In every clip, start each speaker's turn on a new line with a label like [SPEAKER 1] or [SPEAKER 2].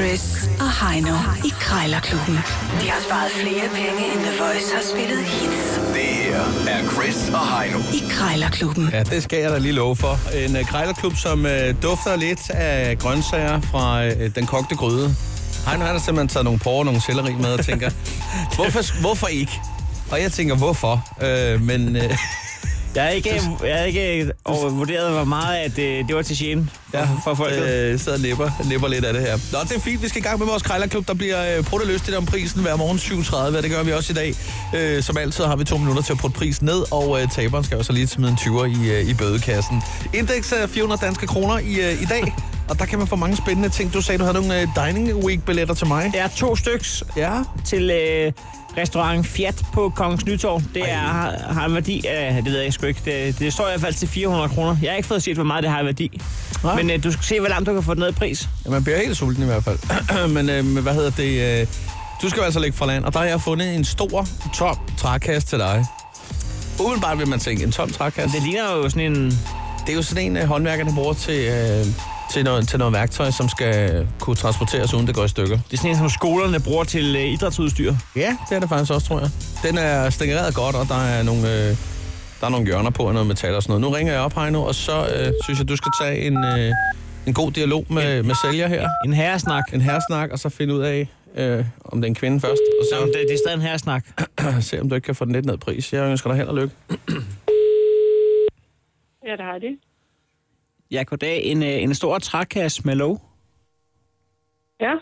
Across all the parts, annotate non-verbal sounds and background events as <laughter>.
[SPEAKER 1] Chris og Heino i Krejlerklubben. De har sparet flere penge, end The Voice har spillet hits
[SPEAKER 2] Det her er Chris og Heino.
[SPEAKER 1] i Krejlerklubben.
[SPEAKER 3] Ja, det skal jeg da lige love for. En uh, krejlerklub, som uh, dufter lidt af grøntsager fra uh, den kogte gryde. Hej, nu har der simpelthen taget nogle porre og nogle selleri med og tænker, hvorfor, hvorfor ikke? Og jeg tænker, hvorfor? Uh, men uh,
[SPEAKER 4] Jeg havde ikke, jeg havde ikke overvurderet, hvor meget at øh, det, det var til gene for,
[SPEAKER 3] jeg
[SPEAKER 4] for folket. Øh,
[SPEAKER 3] øh, sidder og nipper, nipper lidt af det her. Nå, det er fint. Vi skal i gang med vores krejlerklub. Der bliver uh, prudt og løst lidt om prisen hver morgen 7.30. og Det gør vi også i dag. Uh, som altid har vi to minutter til at putte prisen ned, og uh, taberen skal også lige smide en 20'er i, uh, i bødekassen. Indeks er 400 danske kroner i, uh, i dag. Og der kan man få mange spændende ting. Du sagde, du havde nogle uh, dining week-billetter til mig.
[SPEAKER 4] der er to styks
[SPEAKER 3] Ja.
[SPEAKER 4] til øh, restaurant Fiat på Kongens Nytorv. Det er, har, har en værdi af, det ved jeg sgu ikke, det, det står i hvert fald til 400 kroner. Jeg har ikke fået set, hvor meget det har i værdi.
[SPEAKER 3] Nej.
[SPEAKER 4] Men øh, du skal se, hvor langt du kan få det ned i pris.
[SPEAKER 3] ja. Man bliver helt sulten i hvert fald. <clears throat> Men uh, hvad hedder det? Uh, du skal jo altså lægge fra land, og der har jeg fundet en stor, tom trækasse til dig. Umiddelbart vil man tænke, en tom trækasse.
[SPEAKER 4] Det ligner jo sådan en...
[SPEAKER 3] Det er jo sådan en, øh, håndværkerne bruger til, øh, til, noget, til noget værktøj, som skal kunne transporteres, uden det går i stykker.
[SPEAKER 4] Det er sådan en, som skolerne bruger til øh, idrætsudstyr.
[SPEAKER 3] Ja, det er det faktisk også, tror jeg. Den er stikkereret godt, og der er nogle, øh, der er nogle hjørner på, og noget metal og sådan noget. Nu ringer jeg op her nu, og så øh, synes jeg, du skal tage en, øh, en god dialog med, med sælger her.
[SPEAKER 4] En herresnak.
[SPEAKER 3] En herresnak, og så finde ud af, øh, om det er en kvinde først. Og så
[SPEAKER 4] Jamen, det, det er stadig en herresnak.
[SPEAKER 3] se, om du ikke kan få den lidt ned i pris. Jeg ønsker dig held og lykke.
[SPEAKER 5] Ja, det har de.
[SPEAKER 4] Jeg kunne dag en, øh, en stor trækasse med låg.
[SPEAKER 5] Ja,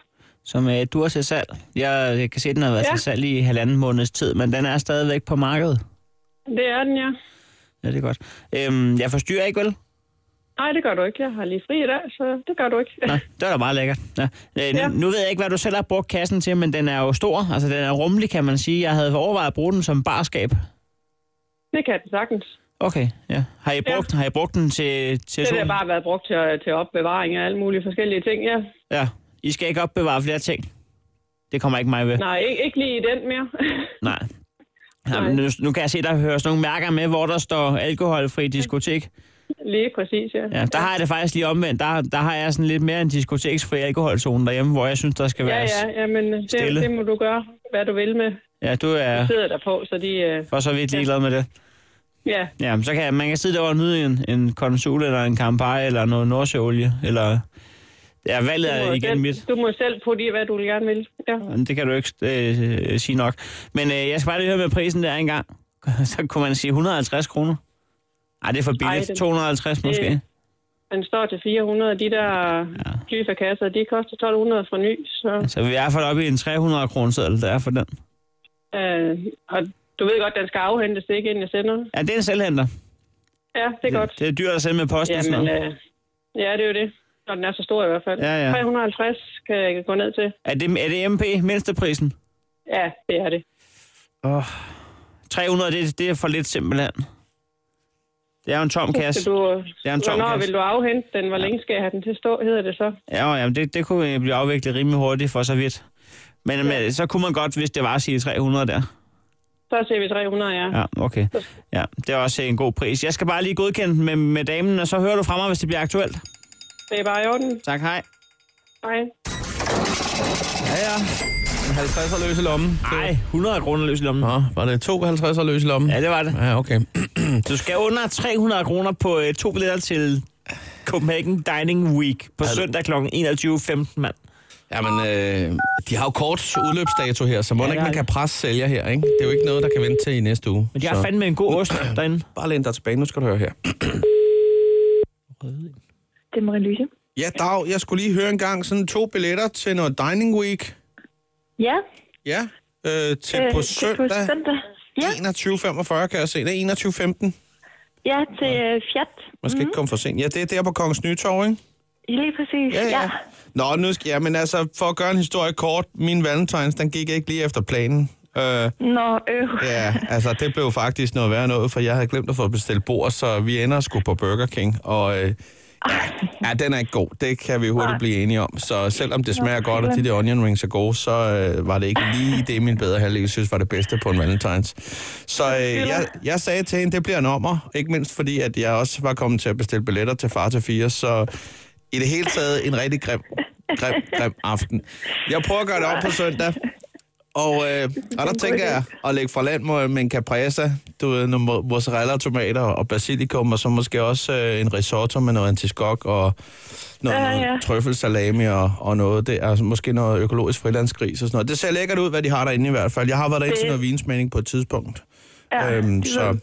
[SPEAKER 4] som øh, du har til salg. Jeg, jeg kan se, at den har været ja.
[SPEAKER 5] Ja.
[SPEAKER 4] til salg i halvanden måneds tid, men den er stadigvæk på markedet.
[SPEAKER 5] det er den, ja.
[SPEAKER 4] Ja, det er godt. Øhm, jeg forstyrrer ikke, vel?
[SPEAKER 5] Nej, det gør du ikke. Jeg har lige fri i dag, så det gør du ikke.
[SPEAKER 4] Nå, det var da meget lækkert. Nå. Øh, ja.
[SPEAKER 5] Ja.
[SPEAKER 4] Nu ved jeg ikke, hvad du selv har brugt kassen til, men den er jo stor. Altså, den er rummelig, kan man sige. Jeg havde overvejet at bruge den som barskab.
[SPEAKER 5] <laughs> Det kan den sagtens.
[SPEAKER 4] Okay, ja. Har I brugt, ja. har I brugt den til, til
[SPEAKER 5] Det har
[SPEAKER 4] solen?
[SPEAKER 5] bare været brugt til, til opbevaring af alle mulige forskellige ting, <laughs> ja.
[SPEAKER 4] Ja. I skal ikke opbevare flere ting. Det kommer ikke mig ved.
[SPEAKER 5] Nej, ikke, ikke lige i den mere. <laughs>
[SPEAKER 4] Nej.
[SPEAKER 5] Nej.
[SPEAKER 4] Jamen, nu, nu kan jeg se, der hører sådan nogle mærker med, hvor der står alkoholfri diskotek.
[SPEAKER 5] lige præcis, ja.
[SPEAKER 4] Ja, der har jeg det faktisk lige omvendt. Der, der har jeg sådan lidt mere en diskoteksfri alkoholzone derhjemme, hvor jeg synes, der skal
[SPEAKER 5] Ja,
[SPEAKER 4] være...
[SPEAKER 5] ja, ja men øh, det,
[SPEAKER 4] stille.
[SPEAKER 5] det må du gøre, hvad du vil med.
[SPEAKER 4] ja du er
[SPEAKER 5] Ja. sidder der på, så de... øh,
[SPEAKER 4] for så vidt ligeglad med det.
[SPEAKER 5] Ja,
[SPEAKER 4] Ja, men så kan jeg, man kan sidde derovre og nyde en, en konsul eller en Campari eller noget nordsjøolie, eller... Ja, valget
[SPEAKER 5] du
[SPEAKER 4] er
[SPEAKER 5] må,
[SPEAKER 4] igen
[SPEAKER 5] selv,
[SPEAKER 4] mit.
[SPEAKER 5] du må selv putte i, hvad du gerne vil. Ja.
[SPEAKER 4] Men Det kan du ikke øh, sige nok. Men øh, jeg skal bare lige høre med prisen der engang. <laughs> Så kunne man sige 150 kroner. Ej, det er for
[SPEAKER 5] Ej,
[SPEAKER 4] billigt.
[SPEAKER 5] det-
[SPEAKER 4] 250 måske.
[SPEAKER 5] det- Den står til 400, og de der ja. dyfakasser, de koster 1200 fra ny, så...
[SPEAKER 4] Så Altså, vi er i hvert fald oppe i en 300 kroner seddel, der er for den.
[SPEAKER 5] Øh, og du ved godt, den skal afhentes, ikke inden jeg sender.
[SPEAKER 4] Ja, det er en selvhenter.
[SPEAKER 5] Ja, det er godt.
[SPEAKER 4] Det er dyrt at sende med posten. og sådan
[SPEAKER 5] Jamen,
[SPEAKER 4] noget.
[SPEAKER 5] øh, ja, det er jo det. Når den er så stor i hvert fald.
[SPEAKER 4] Ja, ja.
[SPEAKER 5] 350 kan jeg gå ned til.
[SPEAKER 4] Er det, er det MP, mindsteprisen?
[SPEAKER 5] Ja, det er det.
[SPEAKER 4] 300, det, det er for lidt simpelthen. Det er jo en tom kasse.
[SPEAKER 5] Så du,
[SPEAKER 4] Det er en tom
[SPEAKER 5] hvornår
[SPEAKER 4] kasse.
[SPEAKER 5] vil du afhente den? Hvor længe skal jeg have den til at stå, hedder det så?
[SPEAKER 4] Ja, jo, jamen, det, det kunne øh, blive afviklet rimelig hurtigt for så vidt. Men, ja. men så kunne man godt, hvis det var at sige 300 der.
[SPEAKER 5] Så ser vi 300, ja. ja.
[SPEAKER 4] Ja, okay. Ja, det er også en god pris. Jeg skal bare lige godkende den med, med damen, og så hører du fra mig, hvis det bliver aktuelt.
[SPEAKER 5] Det er bare i orden.
[SPEAKER 4] Tak, hej.
[SPEAKER 5] Hej.
[SPEAKER 3] Ja, ja. En 50'er løs i lommen.
[SPEAKER 4] Nej, 100 kroner løs i lommen.
[SPEAKER 3] Nå, var det to 50'er løs i lommen?
[SPEAKER 4] Ja, det var det.
[SPEAKER 3] Ja, okay.
[SPEAKER 4] Du skal under 300 kroner på øh, to billetter til Copenhagen Dining Week på søndag kl. 21.15, mand.
[SPEAKER 3] Jamen, øh, de har jo kort udløbsdato her, så må
[SPEAKER 4] Ja,
[SPEAKER 3] ja, ikke
[SPEAKER 4] det har
[SPEAKER 3] man
[SPEAKER 4] de.
[SPEAKER 3] kan presse sælger her, ikke? Det er jo ikke noget, der kan vente til i næste uge.
[SPEAKER 4] Men de
[SPEAKER 3] så
[SPEAKER 4] har fandme en god ost <clears throat> derinde.
[SPEAKER 3] Bare læn dig tilbage, nu skal du høre her.
[SPEAKER 6] Det er Marie-Louise.
[SPEAKER 3] Ja, Dag, jeg skulle lige høre en gang sådan to billetter til noget Dining Week.
[SPEAKER 6] Ja,
[SPEAKER 3] Ja, øh, til
[SPEAKER 6] øh,
[SPEAKER 3] på
[SPEAKER 6] det er
[SPEAKER 3] søndag.
[SPEAKER 6] på søndag. Ja,
[SPEAKER 3] 21.45 kan jeg se. Det er 21.15.
[SPEAKER 6] ja til øh, Fiat.
[SPEAKER 3] Man skal mm. ikke komme for sent. Ja, det er der på Kongens Nytorv, ikke?
[SPEAKER 6] Ja, Lige præcis,
[SPEAKER 3] Ja,
[SPEAKER 6] ja.
[SPEAKER 3] ja. Nå, nu skal jeg, men altså, for at gøre en historie kort, min valentines, den gik ikke lige efter planen. Øh,
[SPEAKER 6] Nå, øh.
[SPEAKER 3] Ja, altså det blev faktisk noget værre noget, for jeg havde glemt at få bestilt bord, så vi ender sgu på Burger King, og øh, ja, ja, den er ikke god. Det kan vi hurtigt blive enige om. Så selvom det smager godt, og de der onion rings er gode, så øh, var det ikke lige det, min bedre halvdel synes var det bedste på en valentines. Så øh, jeg, jeg sagde til hende, det bliver en ommer, ikke mindst fordi, at jeg også var kommet til at bestille billetter til far til fire, så i det hele taget en rigtig grim grim, grim aften. Jeg prøver at gøre det op på søndag. Og,
[SPEAKER 6] <laughs>
[SPEAKER 3] øh, og der tænker jeg at lægge fra land med, med en caprese, du ved, nogle mo- mozzarella, tomater og basilikum, og så måske også øh, en risotto med noget antiskok og noget, ja,
[SPEAKER 6] Ja,
[SPEAKER 3] ja.
[SPEAKER 6] ja.
[SPEAKER 3] noget trøffelsalami og, og noget der. Altså, måske noget økologisk frilandsgris og sådan noget. Det ser lækkert ud, hvad de har derinde i hvert fald. Jeg har været derinde til
[SPEAKER 6] Det-
[SPEAKER 3] noget vinsmagning på et tidspunkt.
[SPEAKER 6] Ja,
[SPEAKER 3] øhm,
[SPEAKER 6] det
[SPEAKER 3] så,
[SPEAKER 6] lyder-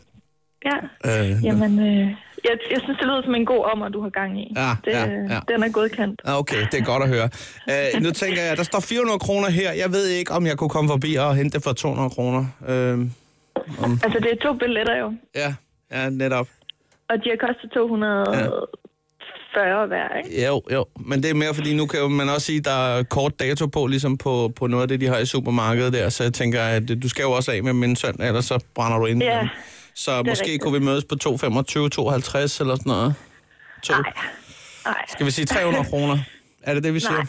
[SPEAKER 6] Ja.
[SPEAKER 3] øh,
[SPEAKER 6] Jamen, øh, jeg, jeg synes, det lyder som en god ommer, du har gang i.
[SPEAKER 3] Ja,
[SPEAKER 6] det,
[SPEAKER 3] ja,
[SPEAKER 6] øh,
[SPEAKER 3] ja.
[SPEAKER 6] Den er godkendt.
[SPEAKER 3] Ah, Okay, det er godt at høre. Uh, nu tænker jeg, der står 400 kroner her. Jeg ved ikke, om jeg kunne komme forbi og hente det for 200 kroner. Uh,
[SPEAKER 6] Altså, det er to billetter jo,
[SPEAKER 3] ja, ja, netop.
[SPEAKER 6] og de har kostet 240 hver, ikke?
[SPEAKER 3] Jo, jo. Men det er mere, fordi nu kan jo man også sige, at der er kort dato på, ligesom på, på noget af det, de har i supermarkedet der. Så jeg tænker, at du skal jo også af med min søn, ellers så brænder du ind.
[SPEAKER 6] Ja,
[SPEAKER 3] så måske
[SPEAKER 6] rigtigt.
[SPEAKER 3] kunne vi mødes på 2,25, 2,50 eller sådan noget. To.
[SPEAKER 6] Nej,
[SPEAKER 3] Skal vi sige 300 kroner? Er det det, vi siger?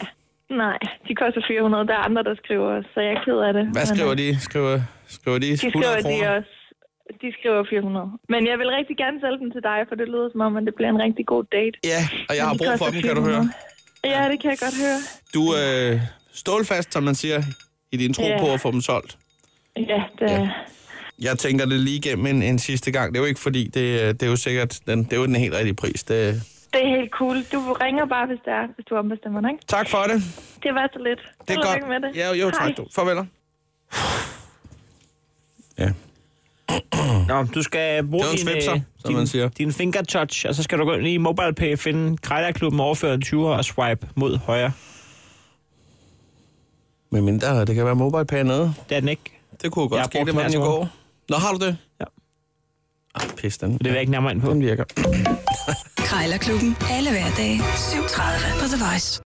[SPEAKER 6] nej, nej. De koster 400. Der er andre, der skriver, så jeg er ked af det.
[SPEAKER 3] Hvad
[SPEAKER 6] Men, øh,
[SPEAKER 3] skriver de? Skriver, skriver de 100
[SPEAKER 6] De skriver,
[SPEAKER 3] kroner?
[SPEAKER 6] de også. De skriver 400. Men jeg vil rigtig gerne sælge den til dig, for det lyder som om, at det bliver en rigtig god date.
[SPEAKER 3] Ja, og jeg
[SPEAKER 6] Men
[SPEAKER 3] har
[SPEAKER 6] de
[SPEAKER 3] brug for
[SPEAKER 6] koster
[SPEAKER 3] dem, kan du
[SPEAKER 6] 400.
[SPEAKER 3] høre.
[SPEAKER 6] Ja, det kan jeg godt høre.
[SPEAKER 3] Du er øh, stålfast, som man siger, i din tro
[SPEAKER 6] Ja.
[SPEAKER 3] på at få dem solgt.
[SPEAKER 6] Ja, det,
[SPEAKER 3] Ja. Jeg tænker det lige igennem en, en sidste gang. Det er jo ikke fordi, det, øh, det er jo sikkert den, det er jo den helt rigtige pris. Det,
[SPEAKER 6] det er helt cool. Du ringer bare, hvis, det er, hvis du ombestemmer dig, ikke?
[SPEAKER 3] tak for det.
[SPEAKER 6] Det var så lidt.
[SPEAKER 3] Det er
[SPEAKER 6] Held og lykke
[SPEAKER 3] godt.
[SPEAKER 6] Med det.
[SPEAKER 3] Ja, jo,
[SPEAKER 6] Hej.
[SPEAKER 3] tak. Du. Farvel. Ja.
[SPEAKER 4] Nå, du skal bruge
[SPEAKER 3] Det var en
[SPEAKER 4] din,
[SPEAKER 3] svipser,
[SPEAKER 4] øh,
[SPEAKER 3] som man siger.
[SPEAKER 4] din, din fingertouch, og så skal du gå ind i MobilePay, finde Krejlerklubben, overføre en 20'er og swipe mod højre.
[SPEAKER 3] Men mindre, det kan være mobile pay nede.
[SPEAKER 4] Det er den ikke.
[SPEAKER 3] Det kunne
[SPEAKER 4] Jeg
[SPEAKER 3] godt
[SPEAKER 4] har
[SPEAKER 3] ske,
[SPEAKER 4] brugt
[SPEAKER 3] det var
[SPEAKER 4] den
[SPEAKER 3] den i
[SPEAKER 4] altså.
[SPEAKER 3] går. Nå, har du det?
[SPEAKER 4] Ja.
[SPEAKER 3] Ej, pis, den,
[SPEAKER 4] Det vil jeg ikke nærmere ind på.
[SPEAKER 3] den virker.
[SPEAKER 1] Krejlerklubben. Alle hverdage. 7.30 på The Voice.